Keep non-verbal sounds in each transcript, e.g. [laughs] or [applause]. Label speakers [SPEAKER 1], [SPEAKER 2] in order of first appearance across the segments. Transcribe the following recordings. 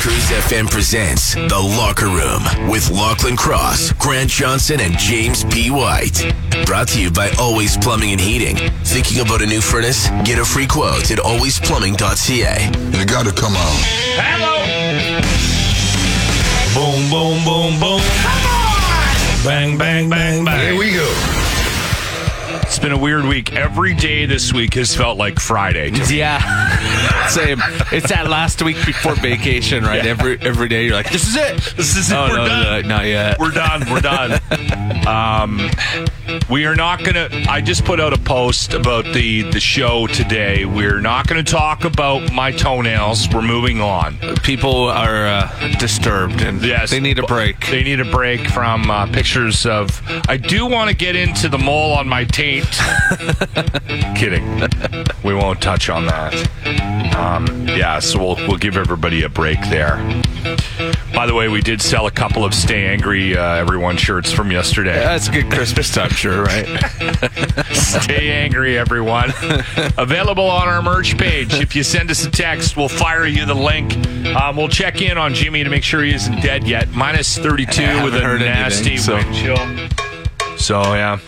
[SPEAKER 1] Cruise FM presents The Locker Room with Lachlan Cross, Grant Johnson, and James P. White. Brought to you by Always Plumbing and Heating. Thinking about a new furnace? Get a free quote at alwaysplumbing.ca.
[SPEAKER 2] You gotta come on.
[SPEAKER 3] Hello. Boom, boom, boom, boom. Bang, bang, bang, bang.
[SPEAKER 4] Here we go.
[SPEAKER 3] It's been a weird week. Every day this week has felt like Friday.
[SPEAKER 5] [laughs] Yeah, [laughs] same. It's that last week before vacation, right? Every every day, you're like, "This is it.
[SPEAKER 3] This is it. We're
[SPEAKER 5] Oh, no,
[SPEAKER 3] done.
[SPEAKER 5] you're like, not yet.
[SPEAKER 3] We're done. We're done. um, we are not gonna. I just put out a post about the the show today. We're not gonna talk about my toenails. We're moving on.
[SPEAKER 5] People are uh, disturbed and
[SPEAKER 3] Yes.
[SPEAKER 5] they need a break.
[SPEAKER 3] They need a break from uh, pictures of. I do want to get into the mole on my taint. [laughs] Kidding. We won't touch on that. Um, yeah, so we'll we'll give everybody a break there. By the way, we did sell a couple of Stay Angry uh, Everyone shirts from yesterday.
[SPEAKER 5] That's a good Christmas time,
[SPEAKER 3] [laughs]
[SPEAKER 5] sure, right?
[SPEAKER 3] Stay angry, [laughs] everyone. Available on our merch page. If you send us a text, we'll fire you the link. Um, we'll check in on Jimmy to make sure he isn't dead yet. Minus 32
[SPEAKER 5] haven't
[SPEAKER 3] with a
[SPEAKER 5] heard
[SPEAKER 3] nasty
[SPEAKER 5] anything, so-
[SPEAKER 3] wind chill. So, yeah,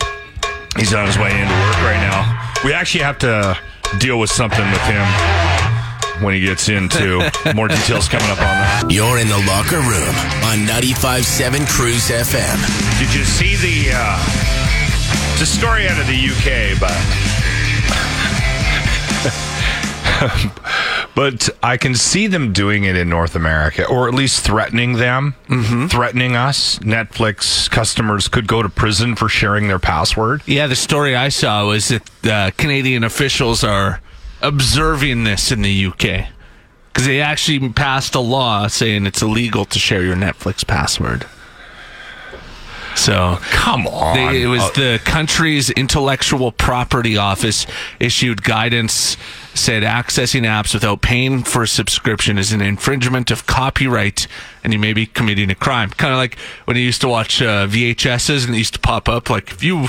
[SPEAKER 3] he's on his way into work right now. We actually have to deal with something with him when he gets in, [laughs] too. More details coming up on that.
[SPEAKER 1] You're in The Locker Room on 95.7 Cruise FM.
[SPEAKER 3] Did you see the. Uh, it's a story out of the UK, but. [laughs] but I can see them doing it in North America, or at least threatening them,
[SPEAKER 5] Mm-hmm.
[SPEAKER 3] threatening us. Netflix customers could go to prison for sharing their password.
[SPEAKER 5] yeah, the story I saw was that uh, Canadian officials are observing this in the UK because they actually passed a law saying it's illegal to share your Netflix password. So
[SPEAKER 3] Come on,
[SPEAKER 5] They, it was
[SPEAKER 3] Uh,
[SPEAKER 5] the country's intellectual property office issued guidance said accessing apps without paying for a subscription is an infringement of copyright and you may be committing a crime. Kind of like when you used to watch uh, VHSs and it used to pop up like if you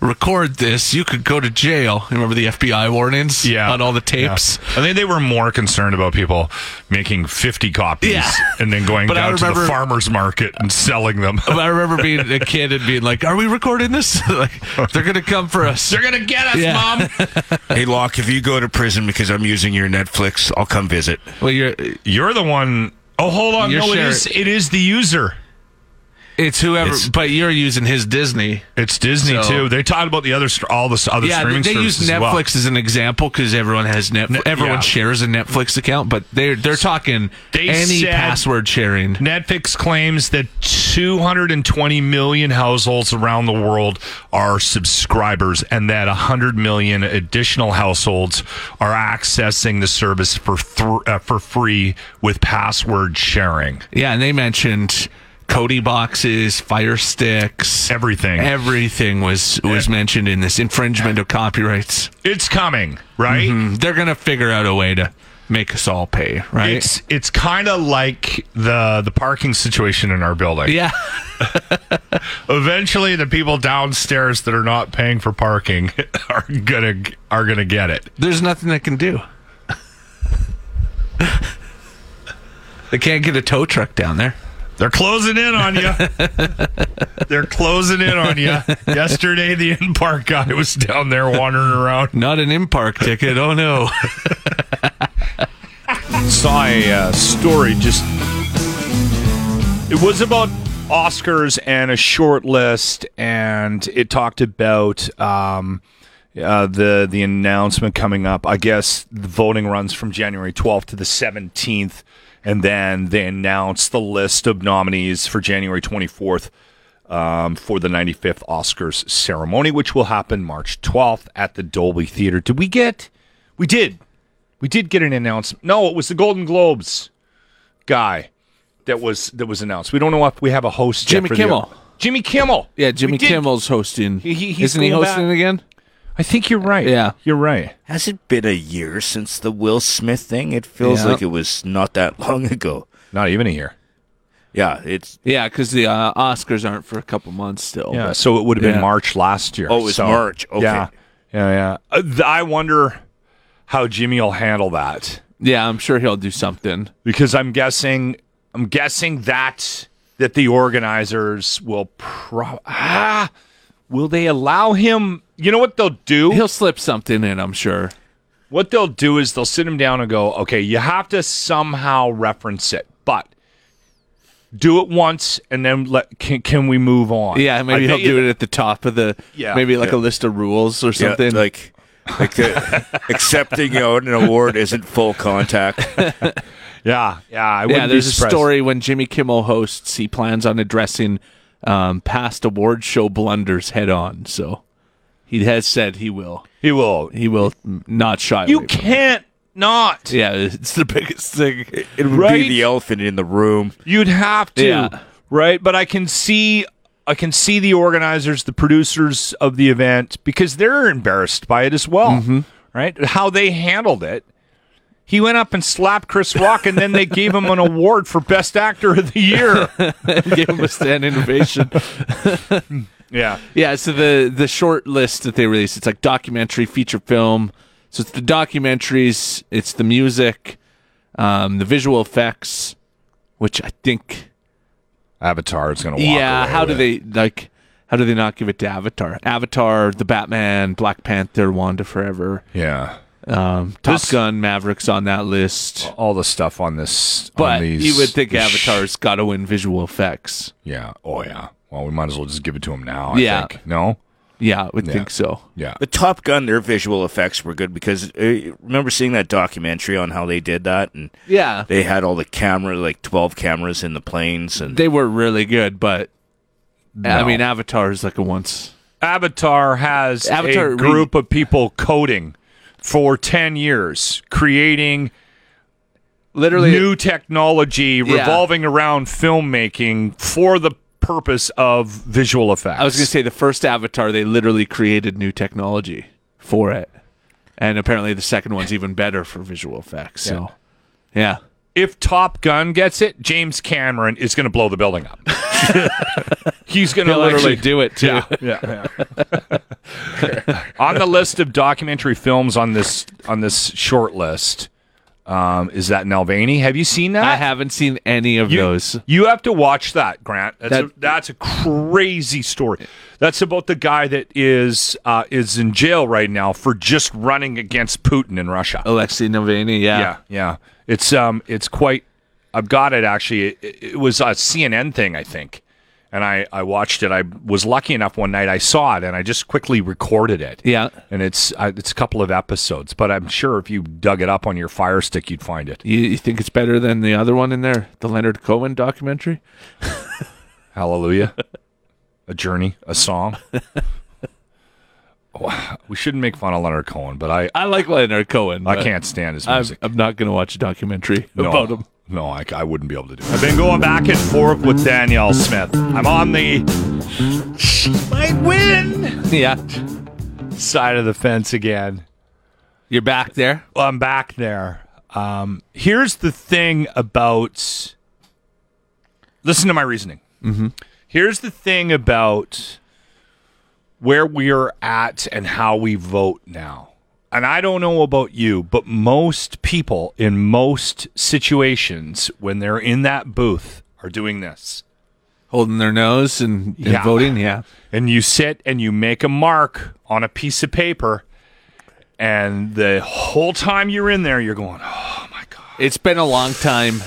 [SPEAKER 5] record this, you could go to jail. Remember the FBI warnings
[SPEAKER 3] yeah,
[SPEAKER 5] on all the
[SPEAKER 3] Yeah.
[SPEAKER 5] tapes?
[SPEAKER 3] I think they were more concerned about people making fifty copies
[SPEAKER 5] Yeah.
[SPEAKER 3] and then going
[SPEAKER 5] But I
[SPEAKER 3] down to the
[SPEAKER 5] remember-
[SPEAKER 3] farmers market and selling them.
[SPEAKER 5] But I remember being a kid and being like, "Are we recording this? [laughs] like, they're gonna come for us."
[SPEAKER 3] They're gonna get us,
[SPEAKER 5] Yeah.
[SPEAKER 3] mom.
[SPEAKER 6] Hey, Locke, if you go to prison because I'm using your Netflix, I'll come visit.
[SPEAKER 5] [laughs] Well, you're,
[SPEAKER 3] You're the one Oh hold on.
[SPEAKER 5] You're
[SPEAKER 3] no,
[SPEAKER 5] sharing-
[SPEAKER 3] it is it is the user.
[SPEAKER 5] it's whoever,
[SPEAKER 6] It's-
[SPEAKER 5] but you're using his Disney.
[SPEAKER 3] It's Disney
[SPEAKER 5] So-
[SPEAKER 3] too. They talked about the other str- all the s- other
[SPEAKER 5] yeah,
[SPEAKER 3] streaming
[SPEAKER 5] they use
[SPEAKER 3] services as
[SPEAKER 5] Netflix
[SPEAKER 3] well.
[SPEAKER 5] as an example because everyone has Netflix. everyone
[SPEAKER 3] yeah.
[SPEAKER 5] shares a Netflix account, but they're they're talking
[SPEAKER 3] They
[SPEAKER 5] any
[SPEAKER 3] said-
[SPEAKER 5] password sharing.
[SPEAKER 3] Netflix claims that 220 million households around the world are subscribers and that 100 million additional households are accessing the service for thr uh, for free with password sharing.
[SPEAKER 5] Yeah, and they mentioned Cody boxes, Fire Sticks,
[SPEAKER 3] Everything.
[SPEAKER 5] Everything was was mentioned in this infringement of copyrights.
[SPEAKER 3] It's coming, right?
[SPEAKER 5] They're gonna figure out a way to make us all pay, Mm-hmm. right?
[SPEAKER 3] It's it's kind of like the the parking situation in our building.
[SPEAKER 5] yeah,
[SPEAKER 3] Eventually, the people downstairs that are not paying for parking [laughs] are gonna are gonna get it.
[SPEAKER 5] there's nothing they can do. they can't get a tow truck down there.
[SPEAKER 3] They're closing in on you. They're closing in on you. Yesterday, the in park guy was down there wandering around.
[SPEAKER 5] Not an in park ticket. Oh no.
[SPEAKER 3] Saw a uh, story just. It was about Oscars and a short list, and it talked about um, uh, the the announcement coming up. I guess the voting runs from January 12th to the 17th, and then they announced the list of nominees for January 24th um, for the 95th Oscars ceremony, which will happen March 12th at the Dolby Theater. Did we get? We did. We did get an announcement. No, it was the Golden Globes guy that was that was announced. We don't know if we have a host. yet
[SPEAKER 5] Jimmy
[SPEAKER 3] for the-
[SPEAKER 5] Kimmel.
[SPEAKER 3] Jimmy Kimmel.
[SPEAKER 5] Yeah,
[SPEAKER 3] We
[SPEAKER 5] Jimmy
[SPEAKER 3] did-
[SPEAKER 5] Kimmel's hosting.
[SPEAKER 3] he- he's
[SPEAKER 5] Isn't he
[SPEAKER 3] going
[SPEAKER 5] hosting
[SPEAKER 3] back.
[SPEAKER 5] it again?
[SPEAKER 3] I think you're right.
[SPEAKER 5] Yeah.
[SPEAKER 3] you're right.
[SPEAKER 6] Has it been a year since the Will Smith thing? It feels
[SPEAKER 5] Yeah.
[SPEAKER 6] like it was not that long ago.
[SPEAKER 3] Not even a year.
[SPEAKER 6] Yeah, it's
[SPEAKER 5] Yeah, because the uh, Oscars aren't for a couple months still.
[SPEAKER 3] Yeah,
[SPEAKER 5] but-
[SPEAKER 3] so it would have been
[SPEAKER 5] Yeah.
[SPEAKER 3] March last year.
[SPEAKER 6] Oh, it was
[SPEAKER 3] So,
[SPEAKER 6] March. Okay.
[SPEAKER 3] Yeah, yeah, yeah. Uh, th- I wonder how Jimmy will handle that
[SPEAKER 5] yeah, I'm sure he'll do something.
[SPEAKER 3] because I'm guessing I'm guessing that that the organizers will pro ah will they allow him? You know what they'll do?
[SPEAKER 5] He'll slip something in, I'm sure.
[SPEAKER 3] what they'll do is they'll sit him down and go, okay, you have to somehow reference it, but do it once and then let can, can we move on?
[SPEAKER 5] Yeah, maybe
[SPEAKER 3] I
[SPEAKER 5] he'll
[SPEAKER 3] think
[SPEAKER 5] do it at the top of the.
[SPEAKER 3] Yeah.
[SPEAKER 5] maybe like a list of rules or
[SPEAKER 6] Yeah,
[SPEAKER 5] something.
[SPEAKER 6] like, like uh, [laughs] accepting an award isn't full contact.
[SPEAKER 3] Yeah, yeah. I
[SPEAKER 5] yeah,
[SPEAKER 3] wouldn't be
[SPEAKER 5] there's a
[SPEAKER 3] surprised.
[SPEAKER 5] story when Jimmy Kimmel hosts, he plans on addressing um, past award show blunders head on. So he has said he will.
[SPEAKER 3] He will.
[SPEAKER 5] He will not shy
[SPEAKER 3] You
[SPEAKER 5] away. from it.
[SPEAKER 3] can't not.
[SPEAKER 5] Yeah, it's the biggest thing.
[SPEAKER 6] It would
[SPEAKER 3] Right?
[SPEAKER 6] be the elephant in the room.
[SPEAKER 3] You'd have to,
[SPEAKER 5] Yeah.
[SPEAKER 3] right? But I can see I can see the organizers, the producers of the event because they're embarrassed by it as well.
[SPEAKER 5] Mm-hmm.
[SPEAKER 3] Right? How they handled it. He went up and slapped Chris Rock and then they gave him an award for best actor of the year.
[SPEAKER 5] Give him a standing [laughs] ovation.
[SPEAKER 3] Yeah.
[SPEAKER 5] [laughs] Yeah, so the the short list that they released, it's like documentary, feature film. So it's the documentaries, it's the music, um, the visual effects, which I think
[SPEAKER 3] Avatar is going to
[SPEAKER 5] Yeah, how do they like how do they not give it to Avatar? Avatar, the Batman, Black Panther, Wanda Forever,
[SPEAKER 3] Yeah.
[SPEAKER 5] um, Top Gun, Mavericks on that list.
[SPEAKER 3] All the stuff on this
[SPEAKER 5] But you would [laughs] think Avatar's got to win visual effects.
[SPEAKER 3] Yeah. Oh yeah. Well, we might as well just give it to him now,
[SPEAKER 5] I Yeah. think.
[SPEAKER 3] No?
[SPEAKER 5] Yeah, I would think so.
[SPEAKER 3] Yeah.
[SPEAKER 6] The Top Gun, their visual effects were good because uh, remember seeing that documentary on how they did that, and
[SPEAKER 5] Yeah,
[SPEAKER 6] they had all the camera, like twelve cameras in the
[SPEAKER 5] [laughs]
[SPEAKER 6] planes, and
[SPEAKER 5] they were really good, but I mean, Avatar is like a once.
[SPEAKER 3] Avatar has
[SPEAKER 5] Avatar
[SPEAKER 3] a
[SPEAKER 5] re-
[SPEAKER 3] group of people coding for 10 years, creating
[SPEAKER 5] Literally,
[SPEAKER 3] new technology revolving around filmmaking for the purpose of visual effects.
[SPEAKER 5] I was going to say the first Avatar, they literally created new technology for it, and apparently the second one's even better for visual effects. So, yeah.
[SPEAKER 3] if Top Gun gets it, James Cameron is going to blow the building
[SPEAKER 5] [laughs]
[SPEAKER 3] up. He's going to
[SPEAKER 5] He'll
[SPEAKER 3] literally
[SPEAKER 5] literally do it too.
[SPEAKER 3] Yeah, yeah.
[SPEAKER 5] [laughs]
[SPEAKER 3] on the list of documentary films on this on this short list um, is that Nalvany. Have you seen that?
[SPEAKER 5] I haven't seen any of
[SPEAKER 3] You,
[SPEAKER 5] those.
[SPEAKER 3] you have to watch that, Grant. That's, a,
[SPEAKER 5] That-
[SPEAKER 3] that's a crazy story. That's about the guy that is uh, is in jail right now for just running against Putin in Russia.
[SPEAKER 5] Alexei Navalny, Oh, yeah.
[SPEAKER 3] Yeah, yeah. It's um, it's quite. I've got it actually. It, it was a CNN thing, I think, and I I watched it. I was lucky enough one night I saw it and I just quickly recorded it.
[SPEAKER 5] Yeah.
[SPEAKER 3] And it's uh, it's a couple of episodes, but I'm sure if you dug it up on your Fire Stick, you'd find it.
[SPEAKER 5] You, you think it's better than the other one in there, the Leonard Cohen documentary?
[SPEAKER 3] Hallelujah. a journey, a song. Wow. we shouldn't make fun of Leonard Cohen, but I
[SPEAKER 5] I like Leonard Cohen.
[SPEAKER 3] I
[SPEAKER 5] but
[SPEAKER 3] can't stand his
[SPEAKER 5] I'm,
[SPEAKER 3] music.
[SPEAKER 5] I'm not going to watch a documentary
[SPEAKER 3] no,
[SPEAKER 5] about him.
[SPEAKER 3] No, I, I wouldn't be able to do it. I've been going back and forth with Danielle Smith. I'm on the might win
[SPEAKER 5] [laughs] Yeah,
[SPEAKER 3] side of the fence again.
[SPEAKER 5] you're back there.
[SPEAKER 3] Well, I'm back there. Um, here's the thing about. Listen to my reasoning. Mm-hmm. Here's the thing about where we are at and how we vote now. And I don't know about you, but most people in most situations, when they're in that booth, are doing this.
[SPEAKER 5] Holding their nose and, and
[SPEAKER 3] Yeah.
[SPEAKER 5] voting, yeah.
[SPEAKER 3] and you sit and you make a mark on a piece of paper and the whole time you're in there you're going [gasps] oh my god
[SPEAKER 5] It's been a long time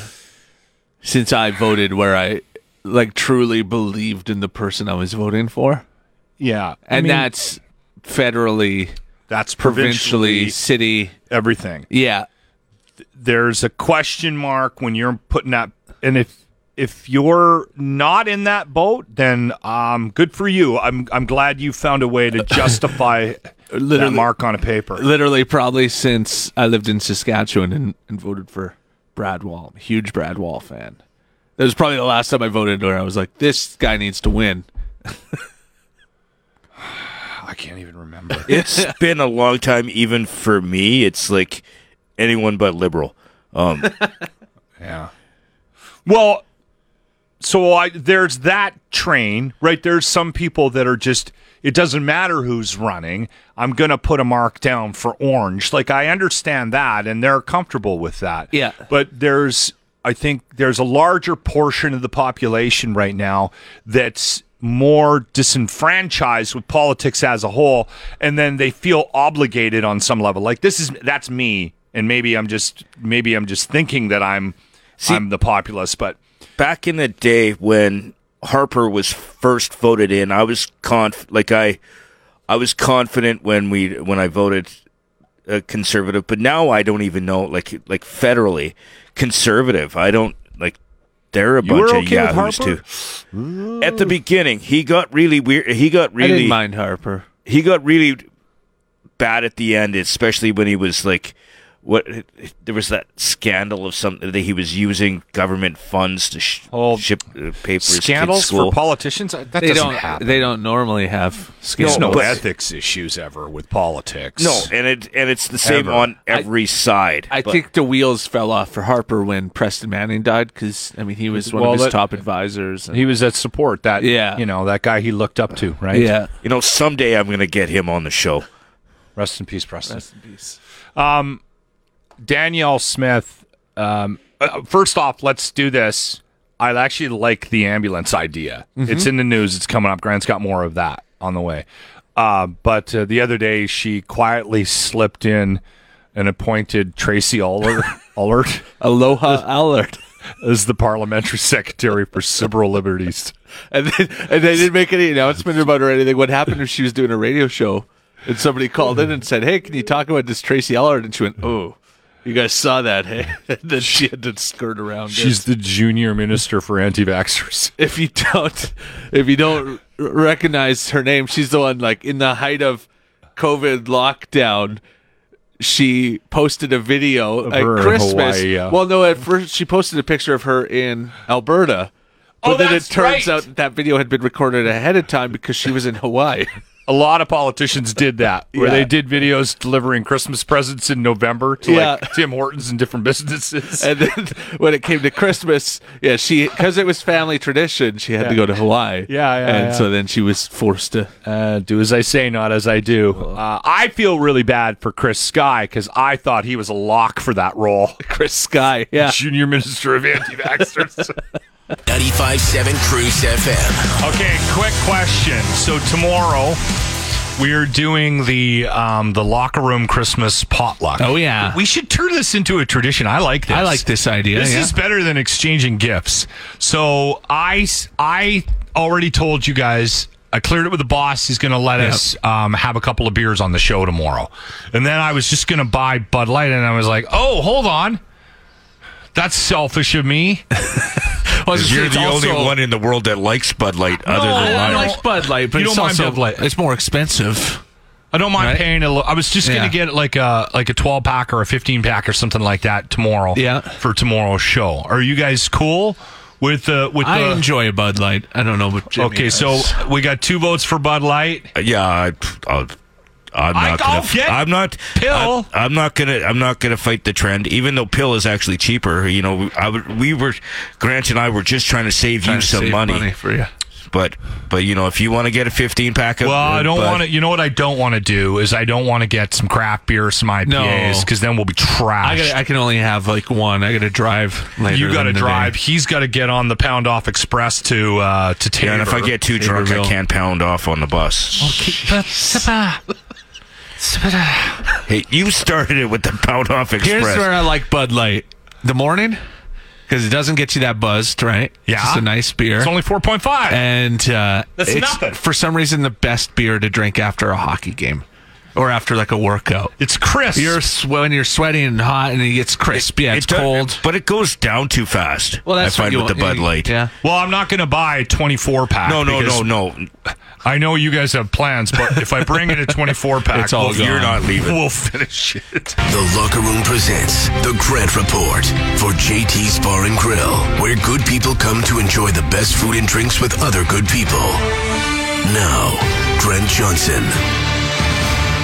[SPEAKER 5] since I voted where I like truly believed in the person I was voting for.
[SPEAKER 3] yeah
[SPEAKER 5] And that's federally,
[SPEAKER 3] that's
[SPEAKER 5] provincially, city.
[SPEAKER 3] everything
[SPEAKER 5] Yeah.
[SPEAKER 3] there's a question mark when you're putting that and if if you're not in that boat then um good for you i'm i'm glad you found a way to [laughs] justify that
[SPEAKER 5] Literally.
[SPEAKER 3] mark on a paper
[SPEAKER 5] literally probably since I lived in Saskatchewan and, and voted for Brad Wall. I'm a huge Brad Wall fan. That was probably the last time I voted where I was like, this guy needs to win.
[SPEAKER 3] i can't even remember
[SPEAKER 6] it's been a long time, even for me. It's like anyone but liberal. Um,
[SPEAKER 3] Yeah. Well, so I there's that train, right? There's some people that are just it doesn't matter who's running. I'm going to put a mark down for orange. Like I understand that and they're comfortable with that.
[SPEAKER 5] Yeah.
[SPEAKER 3] But there's I think there's a larger portion of the population right now that's more disenfranchised with politics as a whole, and then they feel obligated on some level. Like this is that's me, and maybe I'm just maybe I'm just thinking that I'm I'm the populace, but
[SPEAKER 6] back in the day when Harper was first voted in, I was conf like I, I was confident when we when I voted uh, conservative, but now I don't even know like like federally conservative. I don't like they're
[SPEAKER 3] were
[SPEAKER 6] a bunch of
[SPEAKER 3] okay with
[SPEAKER 6] yahoos
[SPEAKER 3] Harper?
[SPEAKER 6] too. At the beginning, he got really weird. He got
[SPEAKER 2] I didn't
[SPEAKER 6] really
[SPEAKER 2] mind Harper.
[SPEAKER 6] he got really bad at the end, especially when he was like, what? There was that scandal of something that he was using government funds to sh-
[SPEAKER 3] Oh,
[SPEAKER 6] ship uh, papers to
[SPEAKER 3] scandals
[SPEAKER 6] school.
[SPEAKER 3] for politicians that
[SPEAKER 2] They
[SPEAKER 3] doesn't
[SPEAKER 2] don't.
[SPEAKER 3] happen.
[SPEAKER 2] They don't normally have
[SPEAKER 3] There's
[SPEAKER 2] scandals.
[SPEAKER 3] no,
[SPEAKER 6] but-
[SPEAKER 3] ethics issues ever with politics.
[SPEAKER 6] no, and it and it's the same
[SPEAKER 3] Ever.
[SPEAKER 6] on every side.
[SPEAKER 2] I
[SPEAKER 6] but-
[SPEAKER 2] think the wheels fell off for Harper when Preston Manning died because I mean he was one
[SPEAKER 3] Well,
[SPEAKER 2] of his
[SPEAKER 3] that-
[SPEAKER 2] top advisors. and-
[SPEAKER 3] he was that support that
[SPEAKER 2] Yeah.
[SPEAKER 3] you know that guy he looked up to, right?
[SPEAKER 2] yeah,
[SPEAKER 6] you know someday I'm going to get him on the show.
[SPEAKER 3] Rest in peace, Preston. Um,
[SPEAKER 2] Rest in peace.
[SPEAKER 3] Danielle Smith. Um, uh, first off, let's do this. I actually like the ambulance idea.
[SPEAKER 2] Mm-hmm.
[SPEAKER 3] It's in the news. It's coming up. Grant's got more of that on the way. Uh, but uh, the other day, she quietly slipped in and appointed Tracy
[SPEAKER 2] [laughs]
[SPEAKER 3] Allard, Allard
[SPEAKER 2] Aloha Allard.
[SPEAKER 3] as the parliamentary secretary for civil liberties.
[SPEAKER 2] And, then, and they didn't make any announcement about her or anything. What happened if she was doing a radio show and somebody called in and said, "Hey, can you talk about this Tracy Allard?" And she went, "Oh, you guys saw that, hey?" [laughs] And then she had to skirt around. it.
[SPEAKER 3] She's the junior minister for anti-vaxxers.
[SPEAKER 2] if you don't if you don't r- recognize her name she's the one like in the height of covid lockdown she posted a video at
[SPEAKER 3] her in
[SPEAKER 2] christmas
[SPEAKER 3] Hawaii, yeah.
[SPEAKER 2] well no at first she posted a picture of her in alberta but then it
[SPEAKER 3] Oh, that's
[SPEAKER 2] turns
[SPEAKER 3] right.
[SPEAKER 2] out that video had been recorded ahead of time because she was in hawaii
[SPEAKER 3] [laughs] A lot of politicians
[SPEAKER 2] [laughs]
[SPEAKER 3] did that, where
[SPEAKER 2] Yeah.
[SPEAKER 3] they did videos delivering Christmas presents in November to
[SPEAKER 2] Yeah.
[SPEAKER 3] like Tim Hortons and different businesses.
[SPEAKER 2] and then when it came to christmas yeah she because it was family tradition she had to go to hawaii
[SPEAKER 3] Yeah, yeah,
[SPEAKER 2] and
[SPEAKER 3] yeah.
[SPEAKER 2] so then she was forced to
[SPEAKER 3] Uh, do as I say, not as I do. Uh, I feel really bad for Chris Sky because I thought he was a lock for that role.
[SPEAKER 2] [laughs] chris sky yeah
[SPEAKER 3] Junior Minister
[SPEAKER 2] [laughs]
[SPEAKER 3] of Anti-Vaxxers.
[SPEAKER 1] 95.7 Cruise FM.
[SPEAKER 3] okay, quick question. So tomorrow we are doing the um, the locker room Christmas potluck.
[SPEAKER 5] Oh, yeah.
[SPEAKER 3] we should turn this into a tradition. I like this.
[SPEAKER 5] I like this idea.
[SPEAKER 3] This
[SPEAKER 5] yeah.
[SPEAKER 3] is better than exchanging gifts. So I s- I already told you guys. I cleared it with the boss. He's going to let us um, have a couple of beers on the show tomorrow. And then I was just going to buy Bud Light, and I was like, "Oh, hold on, that's selfish of me." [laughs]
[SPEAKER 5] Well, it's-
[SPEAKER 6] You're
[SPEAKER 5] it's
[SPEAKER 6] the only
[SPEAKER 5] also-
[SPEAKER 6] one in the world that likes Bud Light other
[SPEAKER 5] I-
[SPEAKER 6] than
[SPEAKER 5] I
[SPEAKER 6] mine.
[SPEAKER 5] like Bud Light, but
[SPEAKER 3] You
[SPEAKER 5] it's
[SPEAKER 3] don't mind
[SPEAKER 5] also
[SPEAKER 3] Bud Light.
[SPEAKER 5] it's more expensive.
[SPEAKER 3] I don't mind
[SPEAKER 5] Right.
[SPEAKER 3] paying a little. I was just
[SPEAKER 5] Yeah.
[SPEAKER 3] going to get like a like a twelve pack or a fifteen pack or something like that tomorrow.
[SPEAKER 5] Yeah.
[SPEAKER 3] for tomorrow's show. Are you guys cool with the with
[SPEAKER 5] I
[SPEAKER 3] the?
[SPEAKER 5] enjoy a Bud Light. I don't know what. Jimmy
[SPEAKER 3] okay,
[SPEAKER 5] does.
[SPEAKER 3] so we got two votes for Bud Light.
[SPEAKER 6] Yeah, I, I'll, I'm
[SPEAKER 3] I-
[SPEAKER 6] not.
[SPEAKER 3] I'll
[SPEAKER 6] gonna,
[SPEAKER 3] get
[SPEAKER 6] I'm not.
[SPEAKER 3] Pill.
[SPEAKER 6] I, am not gonna. I'm not gonna fight the trend, even though pill is actually cheaper. You know, we, I would, we were Grant and I were just trying to save
[SPEAKER 5] Trying
[SPEAKER 6] you
[SPEAKER 5] to
[SPEAKER 6] some
[SPEAKER 5] save
[SPEAKER 6] money,
[SPEAKER 5] for you.
[SPEAKER 6] but but you know, if you want to get a 15 pack of, uh,
[SPEAKER 3] Well, I don't
[SPEAKER 6] Bud-
[SPEAKER 3] want to. You know what I don't want to do is I don't want to get some craft beer, some IPAs,
[SPEAKER 5] No.
[SPEAKER 3] because then we'll be trashed.
[SPEAKER 5] I got. I can only have like one. I got to drive later.
[SPEAKER 3] you got to
[SPEAKER 5] in the
[SPEAKER 3] drive.
[SPEAKER 5] day.
[SPEAKER 3] He's got to get on the Pound Off Express to uh, to Taylor.
[SPEAKER 6] Yeah, and if I get too drunk, I
[SPEAKER 5] Taylorville.
[SPEAKER 6] can't pound off on the bus. Hey, you started it with the pound off
[SPEAKER 5] Here's
[SPEAKER 6] express.
[SPEAKER 5] where I like Bud Light. The morning, because it doesn't get you that buzzed, right? It's
[SPEAKER 3] Yeah.
[SPEAKER 5] just a nice beer.
[SPEAKER 3] it's only four point five.
[SPEAKER 5] and uh,
[SPEAKER 3] That's
[SPEAKER 5] it's
[SPEAKER 3] nothing.
[SPEAKER 5] for some reason the best beer to drink after a hockey game or after like a workout.
[SPEAKER 3] it's crisp.
[SPEAKER 5] You're swe- when you're sweating and hot and it gets crisp. yeah, it's
[SPEAKER 6] does-
[SPEAKER 5] cold.
[SPEAKER 6] but it goes down too fast.
[SPEAKER 5] Well, that's
[SPEAKER 6] I
[SPEAKER 5] what
[SPEAKER 6] find
[SPEAKER 5] you
[SPEAKER 6] with the
[SPEAKER 5] want.
[SPEAKER 6] Bud Light.
[SPEAKER 5] Yeah.
[SPEAKER 3] well, I'm not going to buy a 24 pack.
[SPEAKER 6] No, no,
[SPEAKER 3] because
[SPEAKER 6] no, no.
[SPEAKER 3] I know you guys have plans, but if I bring in a
[SPEAKER 6] [laughs]
[SPEAKER 3] 24 pack,
[SPEAKER 5] It's all
[SPEAKER 3] we'll-
[SPEAKER 5] gone.
[SPEAKER 6] You're not leaving.
[SPEAKER 3] We'll finish it.
[SPEAKER 1] The Locker Room presents The Grant Report for JT's Bar and Grill, where good people come to enjoy the best food and drinks with other good people. Now, Grant Johnson.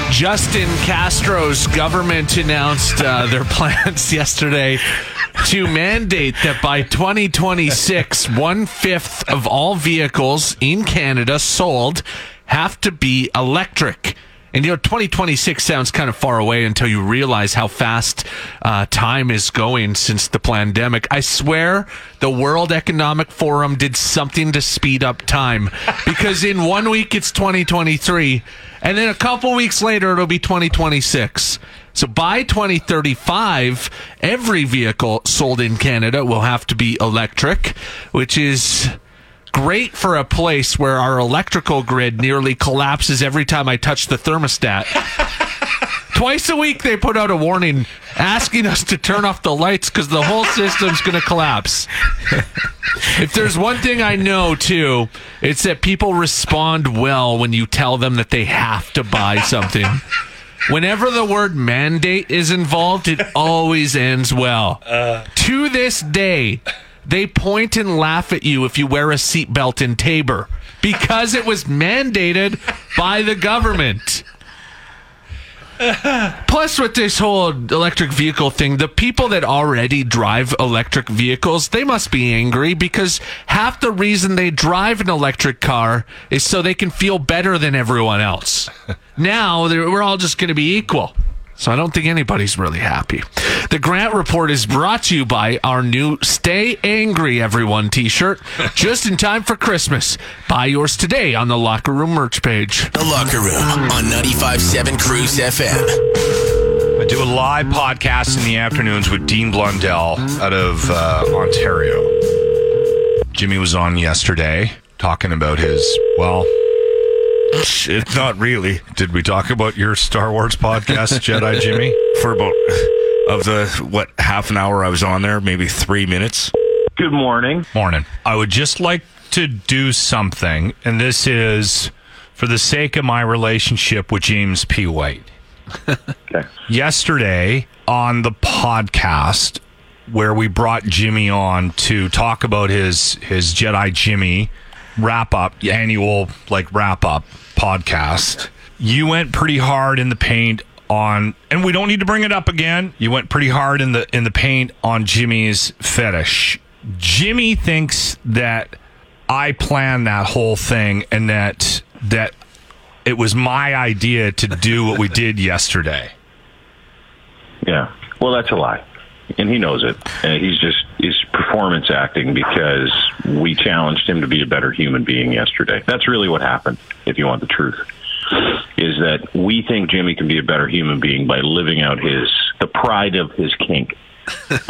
[SPEAKER 5] Justin Castro's government announced uh, [laughs] their plans yesterday to mandate that by 2026, one fifth of all vehicles in Canada sold have to be electric. And you know, 2026 sounds kind of far away until you realize how fast uh, time is going since the pandemic. I swear the World Economic Forum did something to speed up time because in one week it's 2023, and then a couple weeks later it'll be 2026. So by 2035, every vehicle sold in Canada will have to be electric, which is great for a place where our electrical grid nearly collapses every time I touch the thermostat. Twice a week, they put out a warning asking us to turn off the lights because the whole system's going to collapse. if there's one thing I know, too, it's that people respond well when you tell them that they have to buy something. Whenever the word mandate is involved, it always ends well. to this day, they point and laugh at you if you wear a seatbelt in Tabor because it was mandated by the government. Plus, with this whole electric vehicle thing, the people that already drive electric vehicles, they must be angry because half the reason they drive an electric car is so they can feel better than everyone [laughs] else. now they're- we're all just going to be equal. So I don't think anybody's really happy. The grant report is brought to you by our new Stay Angry Everyone [laughs] t-shirt, just in time for Christmas. Buy yours today on the Locker Room merch page.
[SPEAKER 1] The Locker Room on 95.7 Cruise FM.
[SPEAKER 3] I do a live podcast in the afternoons with Dean Blundell out of uh, Ontario. Jimmy was on yesterday talking about his, well,
[SPEAKER 6] Shit, not really.
[SPEAKER 3] did we talk about your Star Wars podcast, Jedi Jimmy?
[SPEAKER 6] For about of the what half an hour I was on there, maybe three minutes.
[SPEAKER 4] Good morning.
[SPEAKER 3] Morning. I would just like to do something, and this is for the sake of my relationship with James P. White.
[SPEAKER 4] Okay.
[SPEAKER 3] Yesterday on the podcast where we brought Jimmy on to talk about his his Jedi Jimmy wrap up annual like wrap up podcast. You went pretty hard in the paint on and we don't need to bring it up again. You went pretty hard in the in the paint on Jimmy's fetish. Jimmy thinks that I planned that whole thing and that that it was my idea to do what we did yesterday.
[SPEAKER 4] Yeah. Well, that's a lie. And he knows it. And he's just he's performance acting because we challenged him to be a better human being yesterday. That's really what happened, if you want the truth. Is that we think Jimmy can be a better human being by living out his the pride of his
[SPEAKER 3] [laughs]
[SPEAKER 4] kink.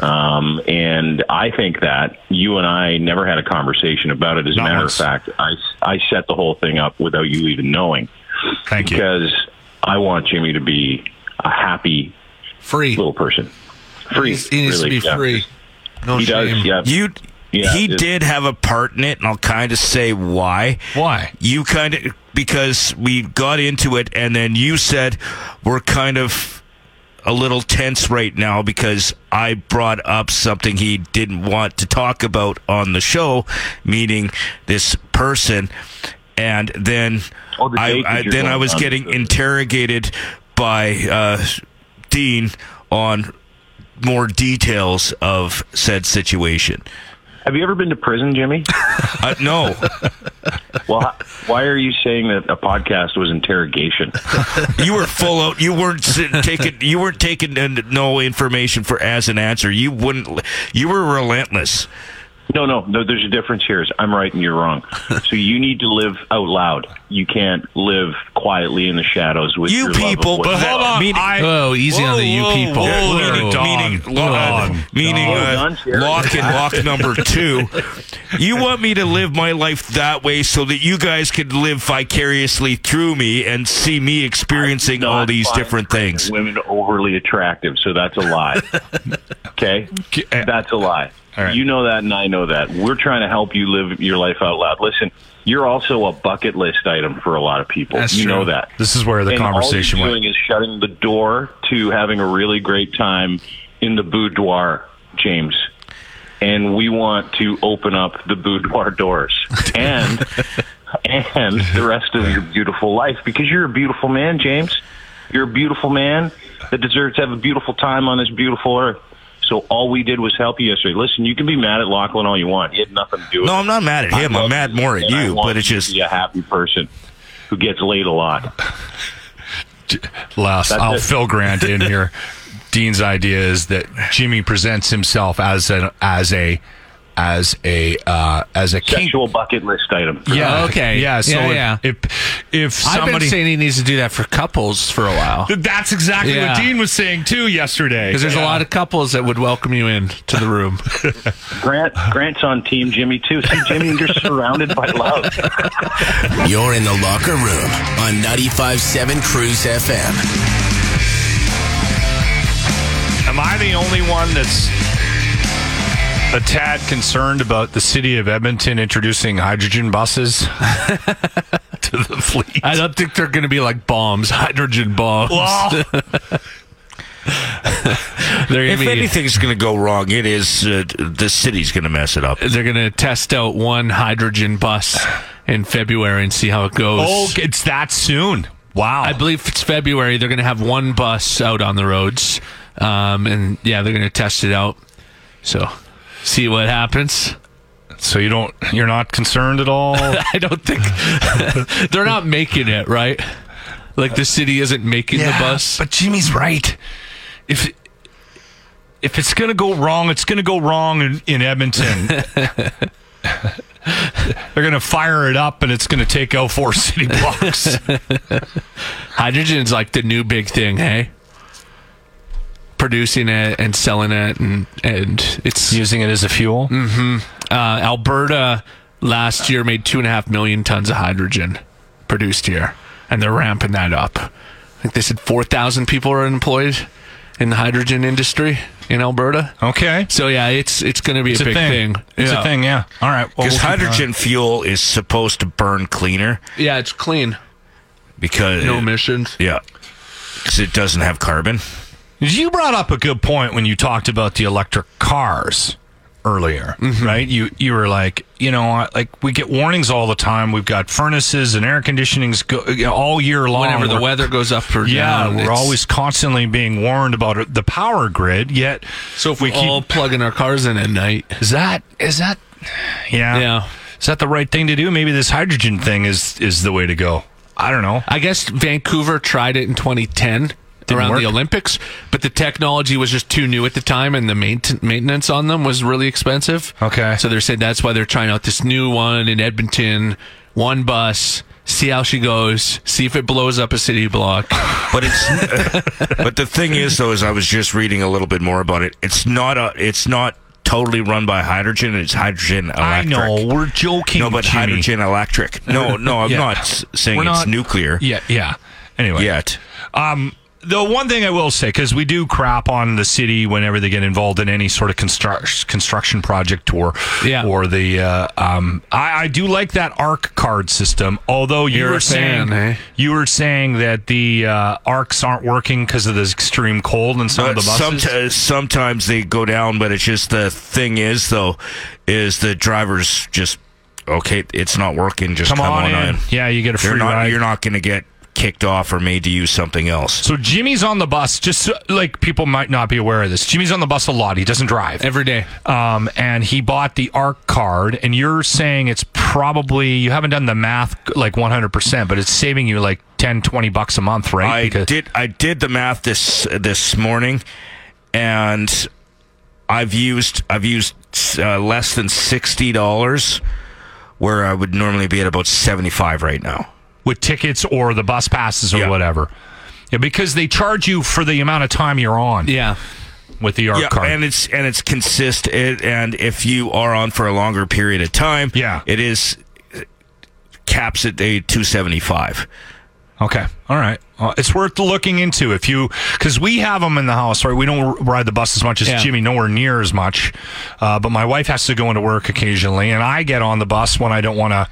[SPEAKER 4] um, and I think that you and I never had a conversation about it. As a
[SPEAKER 3] Not
[SPEAKER 4] matter
[SPEAKER 3] once.
[SPEAKER 4] of fact, I I set the whole thing up without you even knowing
[SPEAKER 3] Thank you.
[SPEAKER 4] because I want Jimmy to be a happy
[SPEAKER 5] Free.
[SPEAKER 4] little person. Free.
[SPEAKER 5] He needs
[SPEAKER 4] really,
[SPEAKER 5] to be
[SPEAKER 4] yeah.
[SPEAKER 5] free. No
[SPEAKER 4] He
[SPEAKER 5] shame.
[SPEAKER 4] does. Yeah.
[SPEAKER 6] You,
[SPEAKER 4] Yeah,
[SPEAKER 6] he
[SPEAKER 4] it-
[SPEAKER 6] did have a part in it, and I'll kind of say why.
[SPEAKER 3] Why?
[SPEAKER 6] You kind of because we got into it, and then you said we're kind of a little tense right now because I brought up something he didn't want to talk about on the show, meaning this person, and then
[SPEAKER 4] Oh, the
[SPEAKER 6] I,
[SPEAKER 4] date that
[SPEAKER 6] I
[SPEAKER 4] you're
[SPEAKER 6] then I
[SPEAKER 4] going
[SPEAKER 6] was
[SPEAKER 4] on.
[SPEAKER 6] getting interrogated by uh, Dean on more details of said situation.
[SPEAKER 4] Have you ever been to prison, Jimmy?
[SPEAKER 6] Uh,
[SPEAKER 4] [laughs]
[SPEAKER 6] no,
[SPEAKER 4] well, h- why are you saying that a podcast was interrogation?
[SPEAKER 6] [laughs] you were full out. You weren't sit- taking. You weren't taking n- no information for as an answer. You wouldn't. You were relentless.
[SPEAKER 4] No, no, no. There's a difference here. Is I'm right and you're wrong. So you need to live out loud. You can't live quietly in the shadows with
[SPEAKER 6] You
[SPEAKER 4] your love of
[SPEAKER 6] people,
[SPEAKER 4] what-
[SPEAKER 6] but hold on. Meaning,
[SPEAKER 5] Oh, easy on the you people.
[SPEAKER 3] whoa,
[SPEAKER 5] Whoa.
[SPEAKER 3] meaning-
[SPEAKER 5] Whoa.
[SPEAKER 6] meaning,
[SPEAKER 3] Don,
[SPEAKER 6] lo- uh,
[SPEAKER 3] Don,
[SPEAKER 6] meaning
[SPEAKER 4] Don.
[SPEAKER 6] uh,
[SPEAKER 4] Hold on, Jerry.
[SPEAKER 6] lock and lock number two.
[SPEAKER 5] [laughs]
[SPEAKER 6] You want me to live my life that way so that you guys could live vicariously through me and see me experiencing
[SPEAKER 4] Not
[SPEAKER 6] all these
[SPEAKER 4] find
[SPEAKER 6] different things.
[SPEAKER 4] Women overly attractive, so that's
[SPEAKER 5] [laughs]
[SPEAKER 4] a lie. okay,
[SPEAKER 5] uh,
[SPEAKER 4] that's a lie.
[SPEAKER 3] right.
[SPEAKER 4] You know that, and I know that. We're trying to help you live your life out loud. Listen, you're also a bucket list item for a lot of people.
[SPEAKER 5] That's
[SPEAKER 4] you
[SPEAKER 5] true.
[SPEAKER 4] know that.
[SPEAKER 3] This is where the
[SPEAKER 4] and
[SPEAKER 3] conversation
[SPEAKER 4] all you're
[SPEAKER 3] went.
[SPEAKER 4] doing is shutting the door to having a really great time in the boudoir, James. And we want to open up the boudoir doors and and the rest of your beautiful life because you're a beautiful man, James. You're a beautiful man that deserves to have a beautiful time on this beautiful earth. So all we did was help you yesterday. Listen, you can be mad at Lachlan all you want. He had nothing to do with
[SPEAKER 6] No,
[SPEAKER 4] it.
[SPEAKER 6] I'm not mad at him. I'm mad more at
[SPEAKER 4] And I
[SPEAKER 6] you.
[SPEAKER 4] want
[SPEAKER 6] But it's
[SPEAKER 4] you to
[SPEAKER 6] just
[SPEAKER 4] be a happy person who gets laid a lot.
[SPEAKER 3] last. I'll fill Grant in
[SPEAKER 4] [laughs]
[SPEAKER 3] here. Dean's idea is that Jimmy presents himself as an as a as a uh, as a king.
[SPEAKER 4] Sexual bucket list item.
[SPEAKER 3] Yeah.
[SPEAKER 5] Okay.
[SPEAKER 3] Yeah. So
[SPEAKER 5] Yeah,
[SPEAKER 3] if,
[SPEAKER 5] yeah.
[SPEAKER 3] if if
[SPEAKER 5] I've been
[SPEAKER 3] somebody
[SPEAKER 5] saying he needs to do that for couples for a while.
[SPEAKER 3] that's exactly
[SPEAKER 5] Yeah.
[SPEAKER 3] what Dean was saying too yesterday.
[SPEAKER 5] Because there's
[SPEAKER 3] Yeah.
[SPEAKER 5] a lot of couples that would welcome you in to the [laughs] room.
[SPEAKER 4] Grant Grant's on team Jimmy too. See Jimmy, you're surrounded by love.
[SPEAKER 1] You're in the locker room on 95.7 Cruise FM.
[SPEAKER 7] Am I the only one that's a tad concerned about the city of Edmonton introducing hydrogen buses
[SPEAKER 3] [laughs]
[SPEAKER 7] to the fleet?
[SPEAKER 5] I don't think they're going to be like bombs, hydrogen bombs.
[SPEAKER 7] Well,
[SPEAKER 5] they're
[SPEAKER 6] If
[SPEAKER 5] going to
[SPEAKER 6] anything's going to go wrong, it is uh, the city's going to mess it up.
[SPEAKER 5] be. They're going to test out one hydrogen bus in February and see how it goes.
[SPEAKER 3] oh, it's that soon. Wow.
[SPEAKER 5] I believe it's February. They're going to have one bus out on the roads, um, and yeah, they're going to test it out. So, see what happens.
[SPEAKER 3] so you don't you're not concerned at [laughs] all.
[SPEAKER 5] I don't think [laughs] they're not making it right. Like the city isn't making the bus.
[SPEAKER 3] But Jimmy's right. If if it's gonna go wrong, it's gonna go wrong in, in [laughs] Edmonton. They're gonna fire it up, and it's gonna take out four city [laughs] blocks.
[SPEAKER 5] Hydrogen's like the new big thing, hey? Producing it and selling it, and and it's
[SPEAKER 3] Using it as a fuel.
[SPEAKER 5] uh, Alberta last year made two and a half million tons of hydrogen produced here, and they're ramping that up. I think they said four thousand people are employed in the hydrogen industry in Alberta.
[SPEAKER 3] Okay,
[SPEAKER 5] So yeah, it's it's going to be
[SPEAKER 3] it's
[SPEAKER 5] a big thing.
[SPEAKER 3] It's
[SPEAKER 5] yeah.
[SPEAKER 3] a thing. Yeah. All right. Well, we'll keep
[SPEAKER 6] Because
[SPEAKER 3] an eye on it.
[SPEAKER 6] hydrogen fuel is supposed to burn cleaner
[SPEAKER 5] Yeah, it's clean,
[SPEAKER 6] because
[SPEAKER 5] no emissions.
[SPEAKER 6] yeah, 'Cause it doesn't have carbon.
[SPEAKER 3] You brought up a good point when you talked about the electric cars earlier, right? You you were like, you know, I- like we get warnings all the time. We've got furnaces and air conditionings go, you know, all year long.
[SPEAKER 5] Whenever the
[SPEAKER 3] We're-
[SPEAKER 5] weather goes up or
[SPEAKER 3] yeah,
[SPEAKER 5] down,
[SPEAKER 3] we're
[SPEAKER 5] it's-
[SPEAKER 3] always constantly being warned about it- the power grid. Yet,
[SPEAKER 5] so if we keep all plugging our cars in at night.
[SPEAKER 3] is that is that yeah
[SPEAKER 5] Yeah.
[SPEAKER 3] is that the right thing to do? Maybe this hydrogen thing is is the way to go. I don't know.
[SPEAKER 5] I guess Vancouver tried it in 2010 around
[SPEAKER 3] work?
[SPEAKER 5] the Olympics, but the technology was just too new at the time, and the maint- maintenance on them was really expensive.
[SPEAKER 3] Okay.
[SPEAKER 5] so they said that's why they're trying out this new one in Edmonton, one bus. See how she goes. See if it blows up a city block.
[SPEAKER 6] But it's [laughs] but the thing is though is I was just reading a little bit more about it. It's not a it's not totally run by hydrogen. It's hydrogen electric.
[SPEAKER 3] I know we're joking.
[SPEAKER 6] No, but
[SPEAKER 3] Jimmy.
[SPEAKER 6] hydrogen electric. No, no, I'm
[SPEAKER 3] [laughs] Yeah.
[SPEAKER 6] not s- saying
[SPEAKER 3] We're
[SPEAKER 6] it's
[SPEAKER 3] not-
[SPEAKER 6] nuclear
[SPEAKER 3] Yeah, yeah. Anyway,
[SPEAKER 6] yet.
[SPEAKER 3] Um, the one thing I will say, because we do crap on the city whenever they get involved in any sort of construct, construction project or
[SPEAKER 5] Yeah.
[SPEAKER 3] or the uh, um, I, I do like that ARC card system. Although you
[SPEAKER 5] You're
[SPEAKER 3] were
[SPEAKER 5] a fan,
[SPEAKER 3] saying
[SPEAKER 5] eh?
[SPEAKER 3] you were saying that the uh, ARCs aren't working because of the extreme cold and some
[SPEAKER 6] But
[SPEAKER 3] of the buses.
[SPEAKER 6] someti- sometimes they go down, but it's just the thing is though, is the drivers just okay? It's not working. Just
[SPEAKER 3] Come
[SPEAKER 6] come,
[SPEAKER 3] on in. Yeah, you get a
[SPEAKER 6] You're
[SPEAKER 3] free
[SPEAKER 6] not.
[SPEAKER 3] ride.
[SPEAKER 6] You're not going to get kicked off or made to use something else.
[SPEAKER 3] so Jimmy's on the bus. Just so, like people might not be aware of this, Jimmy's on the bus a lot. He doesn't drive
[SPEAKER 5] Every day.
[SPEAKER 3] um, and he bought the ARC card, and you're saying it's probably you haven't done the math like 100, percent but it's saving you like 10, 20 bucks a month, right?
[SPEAKER 6] I
[SPEAKER 3] Because-
[SPEAKER 6] did. I did the math this this morning, and I've used I've used uh, less than sixty dollars, where I would normally be at about seventy five right now.
[SPEAKER 3] with tickets or the bus passes or
[SPEAKER 6] Yeah.
[SPEAKER 3] whatever. Yeah, because they charge you for the amount of time you're on
[SPEAKER 5] [laughs] Yeah,
[SPEAKER 3] with the ARC
[SPEAKER 6] yeah,
[SPEAKER 3] card.
[SPEAKER 6] and it's and it's consist it, and if you are on for a longer period of time,
[SPEAKER 3] Yeah.
[SPEAKER 6] it is it caps at a two seventy five.
[SPEAKER 3] okay, all right, well, it's worth looking into if you because we have them in the house, right? We don't r- ride the bus as much as
[SPEAKER 5] Yeah.
[SPEAKER 3] Jimmy, nowhere near as much. Uh, but my wife has to go into work occasionally, and I get on the bus when I don't want to.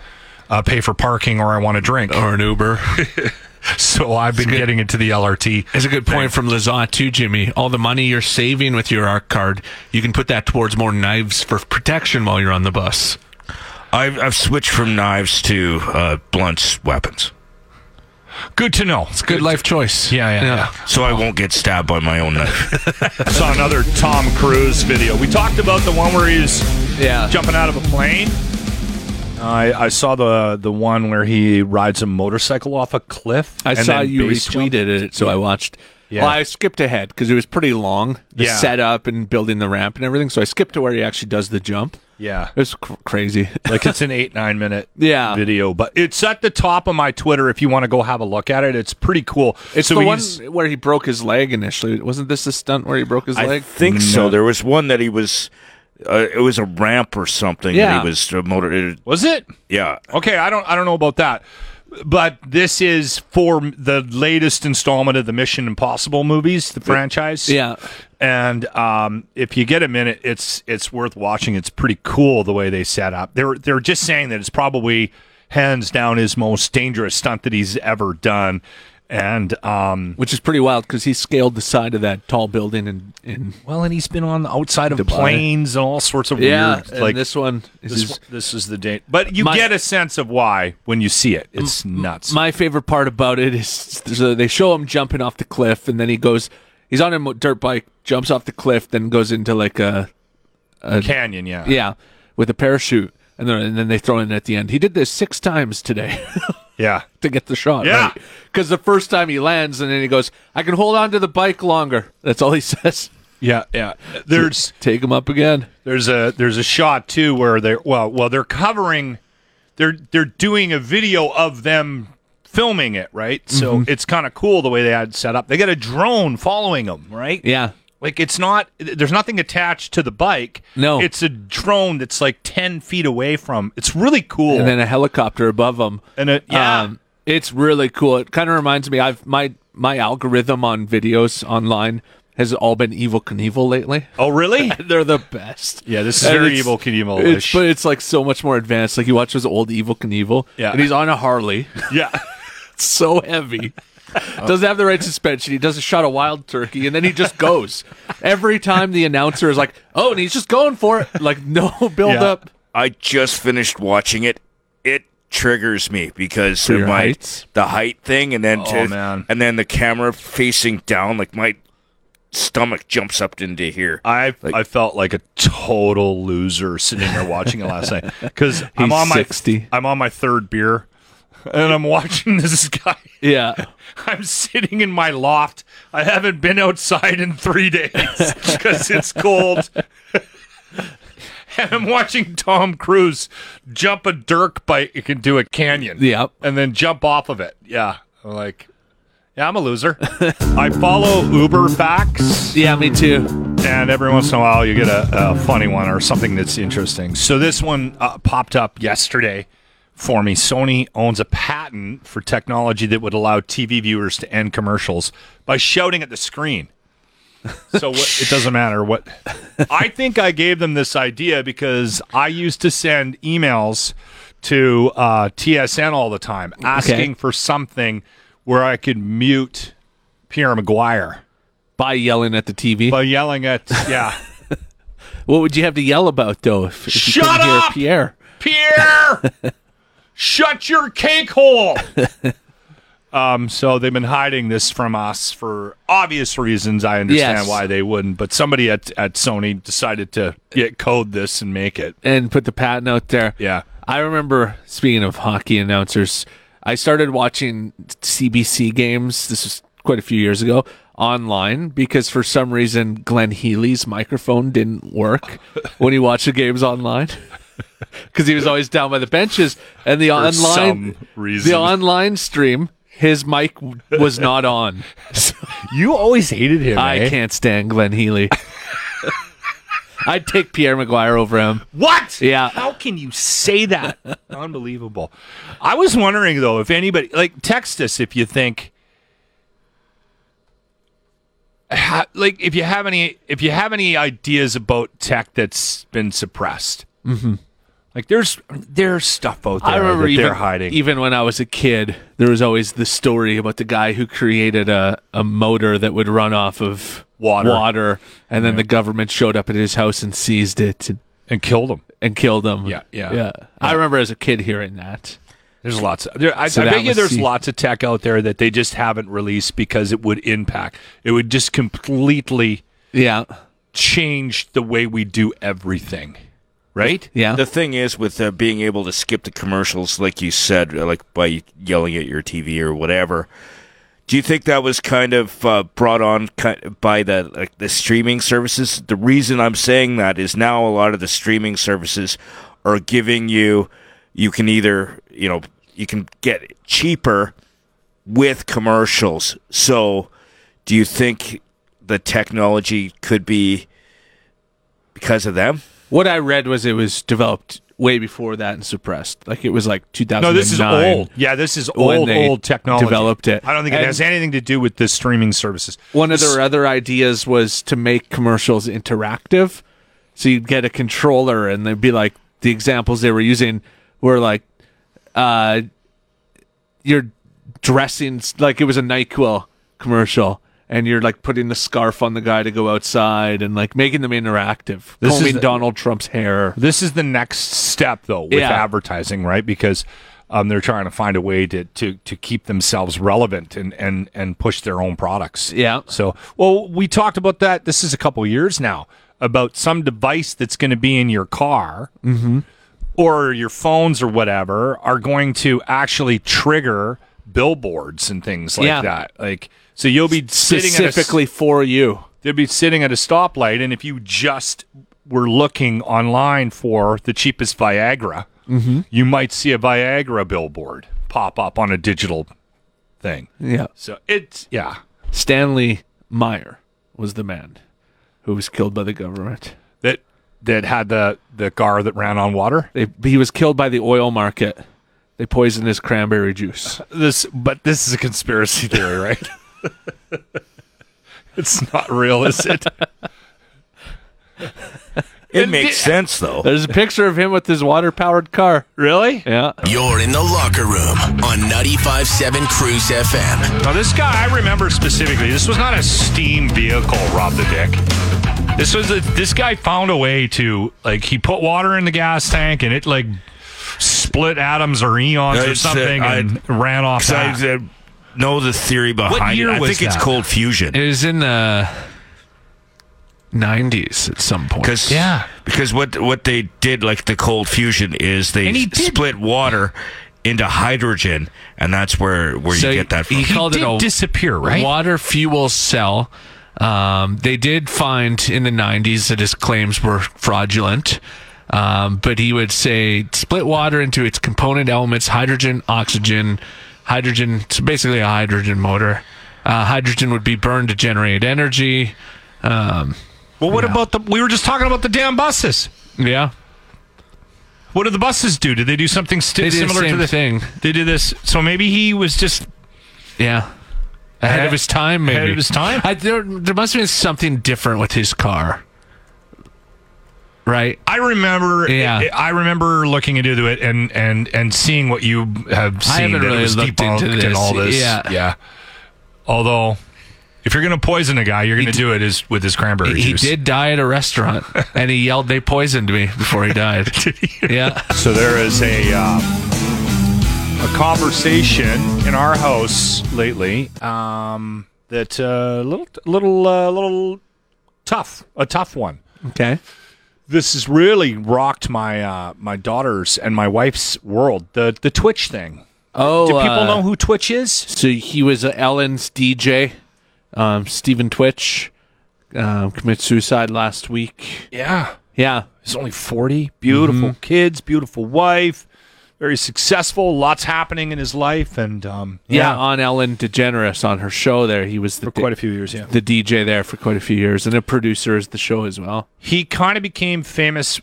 [SPEAKER 3] Uh, pay for parking or I want to drink.
[SPEAKER 5] or an Uber.
[SPEAKER 3] [laughs] So I've been getting into the LRT.
[SPEAKER 5] It's a good point from Lazat too, Jimmy. All the money you're saving with your ARC card, you can put that towards more knives for protection while you're on the bus.
[SPEAKER 6] I've I've switched from knives to uh, blunts weapons,
[SPEAKER 3] Good to know.
[SPEAKER 5] It's a good life choice.
[SPEAKER 3] Yeah, yeah, yeah.
[SPEAKER 6] so I won't get stabbed by my own
[SPEAKER 5] [laughs]
[SPEAKER 6] knife.
[SPEAKER 7] I saw another Tom Cruise video. We talked about the one where he's
[SPEAKER 5] Yeah.
[SPEAKER 7] jumping out of a plane.
[SPEAKER 3] I, I saw the the one where he rides a motorcycle off a cliff.
[SPEAKER 5] I
[SPEAKER 3] and
[SPEAKER 5] saw
[SPEAKER 3] then
[SPEAKER 5] you
[SPEAKER 3] base
[SPEAKER 5] retweeted
[SPEAKER 3] jump.
[SPEAKER 5] it, so I watched.
[SPEAKER 3] Yeah.
[SPEAKER 5] Well, I skipped ahead because it was pretty long, the
[SPEAKER 3] Yeah.
[SPEAKER 5] setup and building the ramp and everything. So I skipped to where he actually does the jump.
[SPEAKER 3] Yeah,
[SPEAKER 5] It was cr-
[SPEAKER 3] [laughs]
[SPEAKER 5] crazy.
[SPEAKER 3] like it's an eight nine minute
[SPEAKER 5] Yeah.
[SPEAKER 3] video, but it's at the top of my Twitter if you want to go have a look at it. It's pretty cool.
[SPEAKER 5] It's the one
[SPEAKER 3] he's-
[SPEAKER 5] where he broke his leg initially. Wasn't this the stunt where he broke his
[SPEAKER 6] I
[SPEAKER 5] leg?
[SPEAKER 6] think so. There was one that he was. Uh, it was a ramp or something. that
[SPEAKER 5] Yeah.
[SPEAKER 6] he was uh, motor.
[SPEAKER 3] was it?
[SPEAKER 6] Yeah,
[SPEAKER 3] Okay, I don't I don't know about that. But this is for m- the latest installment of the Mission Impossible movies, the franchise.
[SPEAKER 5] Yeah.
[SPEAKER 3] And um, if you get a minute, it's it's worth watching. It's pretty cool the way they set up. They're they're just saying that it's probably hands down his most dangerous stunt that he's ever done. And um,
[SPEAKER 5] Which is pretty wild because he scaled the side of that tall building and, and
[SPEAKER 3] well, and he's been on the outside of
[SPEAKER 5] Dubai.
[SPEAKER 3] planes and all sorts of
[SPEAKER 5] yeah,
[SPEAKER 3] weird
[SPEAKER 5] and
[SPEAKER 3] like
[SPEAKER 5] this one is
[SPEAKER 3] this,
[SPEAKER 5] his-
[SPEAKER 3] one- this is the date. But you
[SPEAKER 5] My-
[SPEAKER 3] get a sense of why when you see it. It's nuts.
[SPEAKER 5] My favorite part about it is so they show him jumping off the cliff, and then he goes. He's on a mo- dirt bike, jumps off the cliff, then goes into like a
[SPEAKER 3] Uh, Canyon, yeah.
[SPEAKER 5] yeah with a parachute, and then and then they throw in at the end. He did this six times today [laughs]
[SPEAKER 3] Yeah.
[SPEAKER 5] to get the shot.
[SPEAKER 3] Yeah.
[SPEAKER 5] because the first time he lands, and then he goes, "I can hold on to the bike longer." That's all he [laughs] says.
[SPEAKER 3] Yeah, yeah. There's
[SPEAKER 5] Take him up again.
[SPEAKER 3] there's a there's a shot too where they're well well they're covering they're they're doing a video of them filming it, right? So
[SPEAKER 5] Mm-hmm.
[SPEAKER 3] it's kind of cool the way they had it set up. They got a drone following them, right?
[SPEAKER 5] Yeah,
[SPEAKER 3] Like it's not there's nothing attached to the bike.
[SPEAKER 5] No.
[SPEAKER 3] It's a drone that's like 10 feet away from. It's really cool.
[SPEAKER 5] and then a helicopter above him.
[SPEAKER 3] And it- yeah.
[SPEAKER 5] it's really cool. It kind of reminds me. I've my my algorithm on videos online has all been Evil Knievel
[SPEAKER 3] [laughs]
[SPEAKER 5] lately.
[SPEAKER 3] oh,
[SPEAKER 5] [laughs]
[SPEAKER 3] really?
[SPEAKER 5] They're the best.
[SPEAKER 3] Yeah, this is
[SPEAKER 5] And
[SPEAKER 3] very
[SPEAKER 5] it's-
[SPEAKER 3] Evel Knievel-ish.
[SPEAKER 5] it's- But it's like so much more advanced. Like you watch those old Evil Knievel,
[SPEAKER 3] Yeah.
[SPEAKER 5] and he's on a Harley. [laughs]
[SPEAKER 3] yeah.
[SPEAKER 5] It's so
[SPEAKER 3] [laughs]
[SPEAKER 5] heavy. Doesn't have the right suspension. He does a shot of wild turkey, and then he just goes. Every time the announcer is like, "Oh," and he's just going for it, like no [laughs] build
[SPEAKER 3] Yeah.
[SPEAKER 5] up.
[SPEAKER 6] I just finished watching it. It triggers me because
[SPEAKER 5] For
[SPEAKER 6] of
[SPEAKER 5] your
[SPEAKER 6] my
[SPEAKER 5] heights?
[SPEAKER 6] the height thing, and then
[SPEAKER 3] Oh,
[SPEAKER 6] to-
[SPEAKER 3] man.
[SPEAKER 6] and then the camera facing down, like my stomach jumps up into here.
[SPEAKER 3] I I felt like a total loser sitting there watching it last night because I'm
[SPEAKER 5] [laughs] He's
[SPEAKER 3] on my
[SPEAKER 5] 60.
[SPEAKER 3] I'm on my third beer, and I'm watching [laughs] this guy.
[SPEAKER 5] Yeah.
[SPEAKER 3] [laughs] I'm sitting in my loft. I haven't been outside in three days [laughs] because it's cold. [laughs] And I'm watching Tom Cruise jump a dirt bike into a canyon.
[SPEAKER 5] Yep.
[SPEAKER 3] And then jump off of it. Yeah. I'm like, yeah, I'm a loser. [laughs] I follow Uber facts
[SPEAKER 5] Yeah, me too.
[SPEAKER 3] and every once in a while you get a, a funny one or something that's interesting. So this one uh, popped up yesterday for me. Sony owns a patent for technology that would allow TV viewers to end commercials by shouting at the screen. So what, it doesn't matter what. I think I gave them this idea because I used to send emails to uh, TSN all the time asking for something where I could mute Pierre Maguire
[SPEAKER 5] By yelling at the TV.
[SPEAKER 3] by yelling at yeah.
[SPEAKER 5] What would you have to yell about though? If, if you
[SPEAKER 3] Shut
[SPEAKER 5] couldn't hear
[SPEAKER 3] up!
[SPEAKER 5] Pierre.
[SPEAKER 3] Pierre, shut your cake hole. [laughs] um, so they've been hiding this from us for obvious reasons. I understand
[SPEAKER 5] Yes.
[SPEAKER 3] why they wouldn't, but somebody at, at Sony decided to get code this and make it.
[SPEAKER 5] and put the patent out there.
[SPEAKER 3] Yeah.
[SPEAKER 5] I remember speaking of hockey announcers, I started watching CBC games. This was quite a few years ago online because for some reason Glenn Healy's microphone
[SPEAKER 3] [laughs]
[SPEAKER 5] didn't work when he watched the games online. Cuz he was always down by the benches and the online
[SPEAKER 3] some reason.
[SPEAKER 5] the online stream his mic w- was not on. So
[SPEAKER 3] You always hated him. eh?
[SPEAKER 5] I can't stand
[SPEAKER 3] [laughs]
[SPEAKER 5] Glenn Healy. I'd take Pierre Maguire over him.
[SPEAKER 3] What?
[SPEAKER 5] Yeah.
[SPEAKER 3] How can you say that? [laughs] Unbelievable. I was wondering though if anybody like text us if you think ha, like if you have any if you have any ideas about tech that's been suppressed. Mm-hmm. Like there's there's stuff out there
[SPEAKER 5] I remember
[SPEAKER 3] that
[SPEAKER 5] even,
[SPEAKER 3] they're hiding.
[SPEAKER 5] even when I was a kid, there was always the story about the guy who created a, a motor that would run off of
[SPEAKER 3] Water.
[SPEAKER 5] water, and then the government showed up at his house and seized it and,
[SPEAKER 3] and killed them.
[SPEAKER 5] and killed him.
[SPEAKER 3] Yeah, yeah.
[SPEAKER 5] yeah. I remember as a kid hearing that.
[SPEAKER 3] There's lots. Of, there, I,
[SPEAKER 5] So
[SPEAKER 3] I
[SPEAKER 5] that
[SPEAKER 3] bet you
[SPEAKER 5] was
[SPEAKER 3] there's
[SPEAKER 5] the-
[SPEAKER 3] lots of tech out there that they just haven't released because it would impact. It would just completely
[SPEAKER 5] Yeah,
[SPEAKER 3] change the way we do everything.
[SPEAKER 6] right?
[SPEAKER 8] Yeah.
[SPEAKER 6] The thing is with uh, being able to skip the commercials, like you said, uh, like by yelling at your TV or whatever. Do you think that was kind of uh, brought on ki- by the like the streaming services? The reason I'm saying that is now a lot of the streaming services are giving you you can either you know you can get it cheaper with commercials. So, do you think the technology could be because of them?
[SPEAKER 2] What I read was it was developed way before that and suppressed. Like it was like 2009.
[SPEAKER 3] No, this is old. Yeah, this is
[SPEAKER 2] when
[SPEAKER 3] old,
[SPEAKER 2] they
[SPEAKER 3] old technology.
[SPEAKER 2] developed it.
[SPEAKER 3] I don't think it
[SPEAKER 2] And-
[SPEAKER 3] has anything to do with the streaming services.
[SPEAKER 2] One of their other ideas was to make commercials interactive. So you'd get a controller and they'd be like the examples they were using were like uh you're dressing like it was a NyQuil commercial and you're like putting the scarf on the guy to go outside and like making them interactive.
[SPEAKER 3] This is
[SPEAKER 2] combing
[SPEAKER 3] the-
[SPEAKER 2] Donald Trump's hair.
[SPEAKER 3] This is the next step, though, with
[SPEAKER 2] Yeah.
[SPEAKER 3] advertising, right? Because um, they're trying to find a way to, to, to keep themselves relevant and, and, and push their own products.
[SPEAKER 2] Yeah.
[SPEAKER 3] So, well, we talked about that. This is a couple years now about some device that's going to be in your car
[SPEAKER 2] Mm-hmm.
[SPEAKER 3] or your phones or whatever are going to actually trigger billboards and things like
[SPEAKER 2] Yeah.
[SPEAKER 3] that. Like, so you'll be sitting at a
[SPEAKER 2] Specifically for you.
[SPEAKER 3] they'd be sitting at a stoplight and if you just were looking online for the cheapest viagra you might see a viagra billboard pop up on a digital thing
[SPEAKER 2] Yeah.
[SPEAKER 3] so it's yeah
[SPEAKER 2] Stanley Meyer was the man who was killed by the government.
[SPEAKER 3] that that had the the gar that ran on water
[SPEAKER 2] They, he was killed by the oil market. They poisoned his cranberry juice.
[SPEAKER 3] this but this is a conspiracy theory right it's not real is it
[SPEAKER 6] It makes sense though.
[SPEAKER 2] There's a picture of him with his water powered car.
[SPEAKER 3] really
[SPEAKER 2] Yeah.
[SPEAKER 1] You're in the locker room on 95.7 Cruise FM.
[SPEAKER 9] Now, this guy, I remember specifically. This was not a steam vehicle, Rob the Dick. This was a, this guy found a way to like he put water in the gas tank and it like split atoms or eons or
[SPEAKER 6] That's, uh,
[SPEAKER 9] something and ran off. that.
[SPEAKER 6] Because I uh, know the theory behind
[SPEAKER 9] year
[SPEAKER 6] it. I
[SPEAKER 9] was
[SPEAKER 6] think it's
[SPEAKER 9] that?
[SPEAKER 6] cold fusion.
[SPEAKER 5] It was in the 90s at some point.
[SPEAKER 6] Because
[SPEAKER 9] Yeah.
[SPEAKER 6] because what what they did like the cold fusion is they
[SPEAKER 9] And he did-
[SPEAKER 6] split water into hydrogen, and that's where where
[SPEAKER 5] So
[SPEAKER 6] you get that from.
[SPEAKER 5] he called
[SPEAKER 9] did
[SPEAKER 5] it a
[SPEAKER 9] disappear, right?
[SPEAKER 5] water fuel cell. Um, they did find in the 90s that his claims were fraudulent. Um, but he would say split water into its component elements hydrogen, oxygen, hydrogen. It's basically a hydrogen motor. Uh, hydrogen would be burned to generate energy. Um,
[SPEAKER 9] well, what about the? We were just talking about the damn buses.
[SPEAKER 5] yeah.
[SPEAKER 9] What did the buses do? Did they do something sti-
[SPEAKER 5] They did the
[SPEAKER 9] similar
[SPEAKER 5] same
[SPEAKER 9] to this?
[SPEAKER 5] thing.
[SPEAKER 9] They did this. So maybe he was just
[SPEAKER 5] Yeah. Ahead of his time, maybe.
[SPEAKER 9] ahead of his time.
[SPEAKER 5] I, there, there must have been something different with his car. Right?
[SPEAKER 9] I remember,
[SPEAKER 5] Yeah.
[SPEAKER 9] I- I remember looking into it and and and seeing what you have seen.
[SPEAKER 5] I haven't
[SPEAKER 9] that it
[SPEAKER 5] really
[SPEAKER 9] was
[SPEAKER 5] looked
[SPEAKER 9] debunked
[SPEAKER 5] into this.
[SPEAKER 9] and all this.
[SPEAKER 5] Yeah.
[SPEAKER 9] Although, if you're going to poison a guy, you're going to do it is with his cranberry
[SPEAKER 5] He
[SPEAKER 9] juice.
[SPEAKER 5] did die at a restaurant, and he yelled, "They poisoned me!" before he died. Yeah,
[SPEAKER 3] So there is a uh, a conversation in our house lately um, that uh, little little uh, little tough, a tough one.
[SPEAKER 2] Okay.
[SPEAKER 3] This has really rocked my uh, my daughter's and my wife's world. The the Twitch thing.
[SPEAKER 2] Oh,
[SPEAKER 3] Do people
[SPEAKER 2] uh,
[SPEAKER 3] know who Twitch is?
[SPEAKER 2] So he was uh, Ellen's DJ, um, Stephen Twitch, um, committed suicide last week.
[SPEAKER 3] Yeah,
[SPEAKER 2] Yeah.
[SPEAKER 3] he's only forty. Beautiful kids, beautiful wife, very successful. Lots happening in his life, and um,
[SPEAKER 2] Yeah. On Ellen DeGeneres on her show there. He was the,
[SPEAKER 3] for quite a few years. Yeah.
[SPEAKER 2] the DJ there for quite a few years and a producer is the show as well.
[SPEAKER 3] he kind of became famous.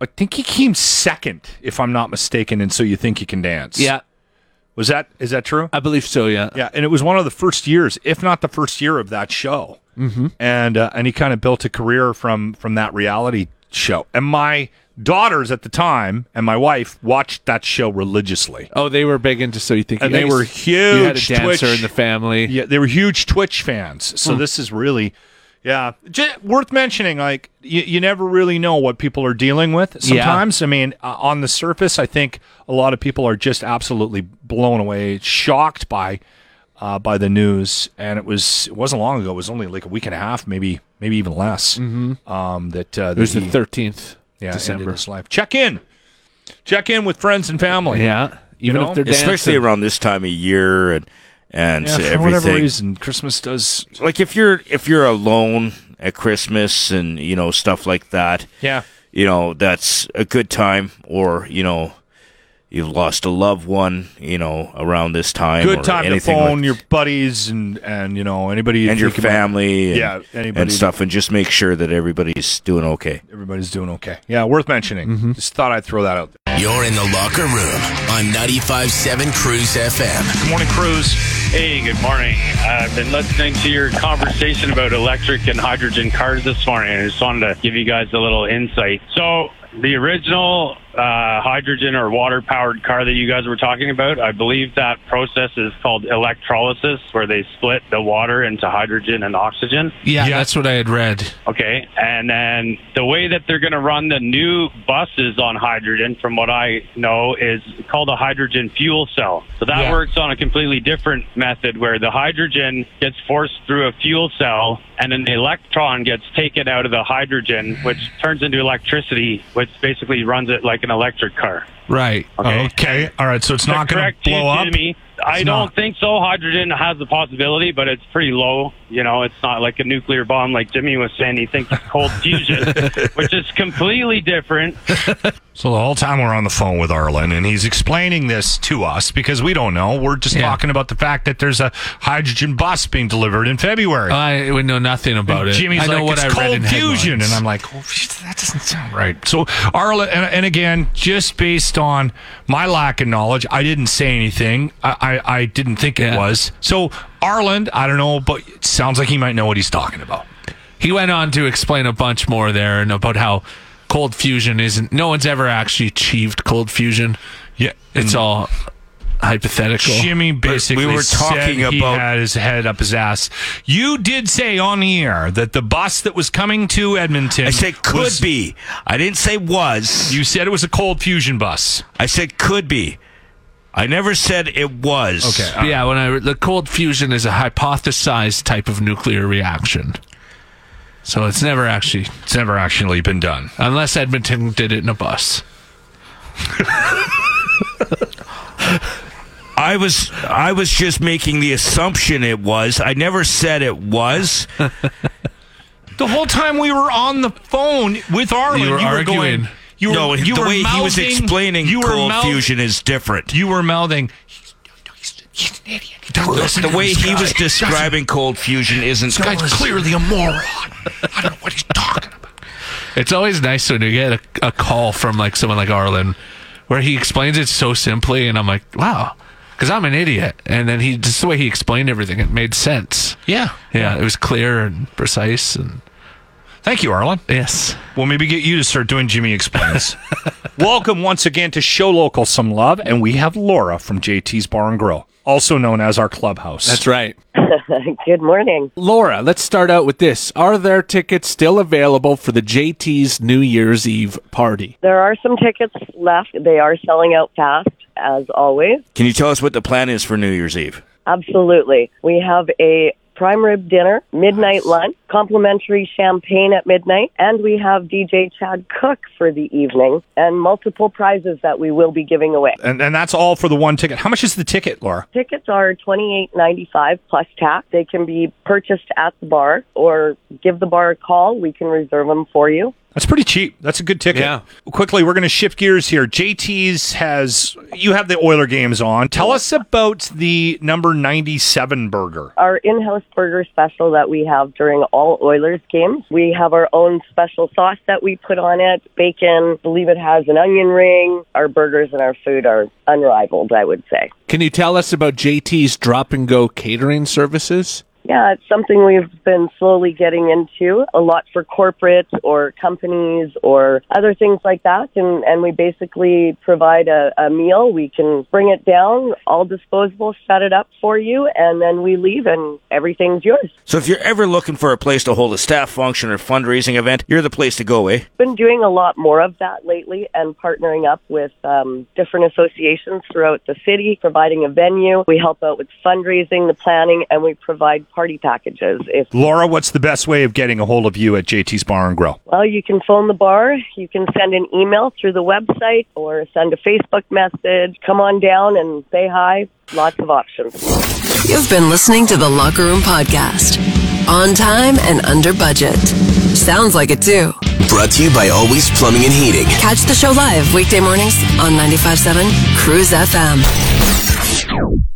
[SPEAKER 3] I think he came second, if I'm not mistaken. And so you think you can dance?
[SPEAKER 2] Yeah.
[SPEAKER 3] Was that is that true?
[SPEAKER 2] I believe so, yeah.
[SPEAKER 3] yeah, and it was one of the first years, if not the first year of that show. Mm-hmm. And uh, and he kind of built a career from from that reality show. And my daughters at the time and my wife watched that show religiously.
[SPEAKER 2] Oh, they were big into so you think
[SPEAKER 3] And
[SPEAKER 2] you-
[SPEAKER 3] they were
[SPEAKER 2] You had a
[SPEAKER 3] huge
[SPEAKER 2] dancer
[SPEAKER 3] Twitch-
[SPEAKER 2] in the family.
[SPEAKER 3] Yeah, they were huge Twitch fans.
[SPEAKER 2] Hmm.
[SPEAKER 3] So this is really, yeah, J- worth mentioning. Like you, you never really know what people are dealing with. Sometimes, I mean, uh, on the surface, I think a lot of people are just absolutely blown away, shocked by, uh, by the news. And it was it wasn't long ago. It was only like a week and a half, maybe maybe even less. Um, that uh,
[SPEAKER 2] Mm-hmm. It was the
[SPEAKER 3] he-
[SPEAKER 2] thirteenth.
[SPEAKER 3] yeah, end of
[SPEAKER 2] December.
[SPEAKER 3] this life. Check in, check in with friends and family.
[SPEAKER 2] Yeah, even
[SPEAKER 3] know?
[SPEAKER 2] if they're dancing.
[SPEAKER 6] especially around this time of year and and
[SPEAKER 3] Yeah, for whatever
[SPEAKER 6] everything.
[SPEAKER 3] reason, Christmas does.
[SPEAKER 6] Like if you're if you're alone at Christmas and you know stuff like that,
[SPEAKER 3] Yeah,
[SPEAKER 6] you know that's a good time. Or you know you've lost a loved one, you know around this time. or
[SPEAKER 3] good time to
[SPEAKER 6] anything
[SPEAKER 3] phone
[SPEAKER 6] like-
[SPEAKER 3] your buddies and and you know anybody you
[SPEAKER 6] and your
[SPEAKER 3] think about-
[SPEAKER 6] family, and,
[SPEAKER 3] Yeah, anybody
[SPEAKER 6] and stuff, and just make sure that everybody's doing okay.
[SPEAKER 3] Everybody's doing okay. Yeah, worth mentioning.
[SPEAKER 9] Mm-hmm.
[SPEAKER 3] Just thought I'd throw that out. there.
[SPEAKER 1] You're in the locker room on 95.7 Cruise FM.
[SPEAKER 9] Good morning, Cruz.
[SPEAKER 8] Hey, good morning. I've been listening to your conversation about electric and hydrogen cars this morning. I just wanted to give you guys a little insight. So, the original uh, hydrogen or water powered car that you guys were talking about, I believe that process is called electrolysis, where they split the water into hydrogen and oxygen.
[SPEAKER 5] Yeah, that's what I had read.
[SPEAKER 8] Okay, and then the way that they're going to run the new buses on hydrogen, from what I know, is called a hydrogen fuel cell. So that
[SPEAKER 5] Yeah.
[SPEAKER 8] works on a completely different method where the hydrogen gets forced through a fuel cell and an electron gets taken out of the hydrogen, which turns into electricity, which basically runs it like an electric car.
[SPEAKER 5] Right.
[SPEAKER 8] Okay.
[SPEAKER 9] Okay. All right. So it's not going
[SPEAKER 8] Correct
[SPEAKER 9] to blow
[SPEAKER 8] you,
[SPEAKER 9] up.
[SPEAKER 8] Jimmy. I
[SPEAKER 9] It's
[SPEAKER 8] don't
[SPEAKER 9] not.
[SPEAKER 8] think so. Hydrogen has the possibility, but it's pretty low. You know, it's not like a nuclear bomb, like Jimmy was saying. He thinks it's cold
[SPEAKER 9] [laughs]
[SPEAKER 8] fusion, which is completely different.
[SPEAKER 9] So the whole time we're on the phone with Arlen, and he's explaining this to us because we don't know. We're just talking about the fact that there's a hydrogen bus being delivered in February.
[SPEAKER 5] I would know nothing about
[SPEAKER 9] And
[SPEAKER 5] it.
[SPEAKER 9] Jimmy's
[SPEAKER 5] I know
[SPEAKER 9] like,
[SPEAKER 5] what
[SPEAKER 9] it's
[SPEAKER 5] I read
[SPEAKER 9] cold
[SPEAKER 5] in
[SPEAKER 9] fusion,
[SPEAKER 5] headlines.
[SPEAKER 9] and I'm like, oh, shit, that doesn't sound right. So Arlen, and, and again, just based on my lack of knowledge, I didn't say anything. I I, I didn't think it
[SPEAKER 5] Yeah.
[SPEAKER 9] was. So Arlen, I don't know, but it sounds like he might know what he's talking about.
[SPEAKER 5] he went on to explain a bunch more there and about how cold fusion isn't. No one's ever actually achieved cold fusion.
[SPEAKER 9] Yeah,
[SPEAKER 5] It's all hypothetical.
[SPEAKER 9] Jimmy basically
[SPEAKER 6] we were talking
[SPEAKER 9] said he
[SPEAKER 6] about-
[SPEAKER 9] had his head up his ass. You did say on the air that the bus that was coming to Edmonton
[SPEAKER 6] I said could
[SPEAKER 9] was-
[SPEAKER 6] be. I didn't say was.
[SPEAKER 9] You said it was a cold fusion bus.
[SPEAKER 6] I said could be. I never said it was.
[SPEAKER 9] Okay.
[SPEAKER 5] yeah, when I the cold fusion is a hypothesized type of nuclear reaction. So it's never actually,
[SPEAKER 9] It's never actually been done.
[SPEAKER 5] unless Edmonton did it in a bus.
[SPEAKER 6] I was I was just making the assumption it was. I never said it was.
[SPEAKER 9] The whole time we were on the phone with Arlen,
[SPEAKER 5] You
[SPEAKER 9] you
[SPEAKER 5] were
[SPEAKER 9] were,
[SPEAKER 5] arguing.
[SPEAKER 9] going. You were,
[SPEAKER 6] no,
[SPEAKER 9] you
[SPEAKER 6] the
[SPEAKER 9] were
[SPEAKER 6] way he was
[SPEAKER 9] mouthing-
[SPEAKER 6] explaining
[SPEAKER 9] you were
[SPEAKER 6] cold
[SPEAKER 9] mouth-
[SPEAKER 6] fusion is different.
[SPEAKER 9] You were mouthing. "He's- no, he's- he's an idiot. He doesn't listen
[SPEAKER 6] the
[SPEAKER 9] to
[SPEAKER 6] way
[SPEAKER 9] this
[SPEAKER 6] he
[SPEAKER 9] guy.
[SPEAKER 6] was describing cold fusion isn't.
[SPEAKER 9] This guy's clearly a moron. I don't know what he's talking about.
[SPEAKER 5] It's always nice when you get a, a call from like someone like Arlen, where he explains it so simply, and I'm like, wow, because I'm an idiot. And then he just the way he explained everything, it made sense.
[SPEAKER 9] Yeah.
[SPEAKER 5] Yeah, it was clear and precise, and
[SPEAKER 9] Thank you, Arlen.
[SPEAKER 5] yes,
[SPEAKER 9] We'll maybe get you to start doing Jimmy Explains.
[SPEAKER 3] [laughs] Welcome once again to Show Local Some Love, and we have Laura from JT's Bar and Grill, also known as our clubhouse.
[SPEAKER 2] That's right.
[SPEAKER 10] [laughs] Good morning.
[SPEAKER 2] Laura, let's start out with this. Are there tickets still available for the JT's New Year's Eve party?
[SPEAKER 10] There are some tickets left. They are selling out fast, as always.
[SPEAKER 6] Can you tell us what the plan is for New Year's Eve?
[SPEAKER 10] Absolutely. We have a prime rib dinner, midnight lunch, complimentary champagne at midnight, and we have DJ Chad Cook for the evening and multiple prizes that we will be giving away.
[SPEAKER 3] and, and that's all for the one ticket. How much is the ticket, Laura?
[SPEAKER 10] Tickets are twenty eight ninety five plus tax. They can be purchased at the bar or give the bar a call. We can reserve them for you.
[SPEAKER 3] That's pretty cheap. That's a good ticket.
[SPEAKER 2] Yeah.
[SPEAKER 3] Quickly, we're going to shift gears here. JT's has, you have the Oiler games on. Tell us about the number 97 burger.
[SPEAKER 10] our in-house burger special that we have during all Oilers games. We have our own special sauce that we put on it, bacon, believe it has an onion ring. Our burgers and our food are unrivaled, I would say.
[SPEAKER 2] Can you tell us about JT's drop and go catering services?
[SPEAKER 10] Yeah, it's something we've been slowly getting into a lot for corporate or companies or other things like that. And, and we basically provide a, a meal. We can bring it down, all disposable, set it up for you, and then we leave and everything's yours.
[SPEAKER 6] So if you're ever looking for a place to hold a staff function or fundraising event, you're the place to go, eh?
[SPEAKER 10] been doing a lot more of that lately and partnering up with um, different associations throughout the city, providing a venue. We help out with fundraising, the planning, and we provide party packages. If
[SPEAKER 3] Laura, what's the best way of getting a hold of you at JT's Bar and Grill?
[SPEAKER 10] Well, you can phone the bar, you can send an email through the website, or send a Facebook message. Come on down and say hi. Lots of options.
[SPEAKER 11] You've been listening to the Locker Room Podcast. On time and under budget. Sounds like it too.
[SPEAKER 1] Brought to you by Always Plumbing and Heating.
[SPEAKER 11] Catch the show live weekday mornings on 95.7 Cruise FM.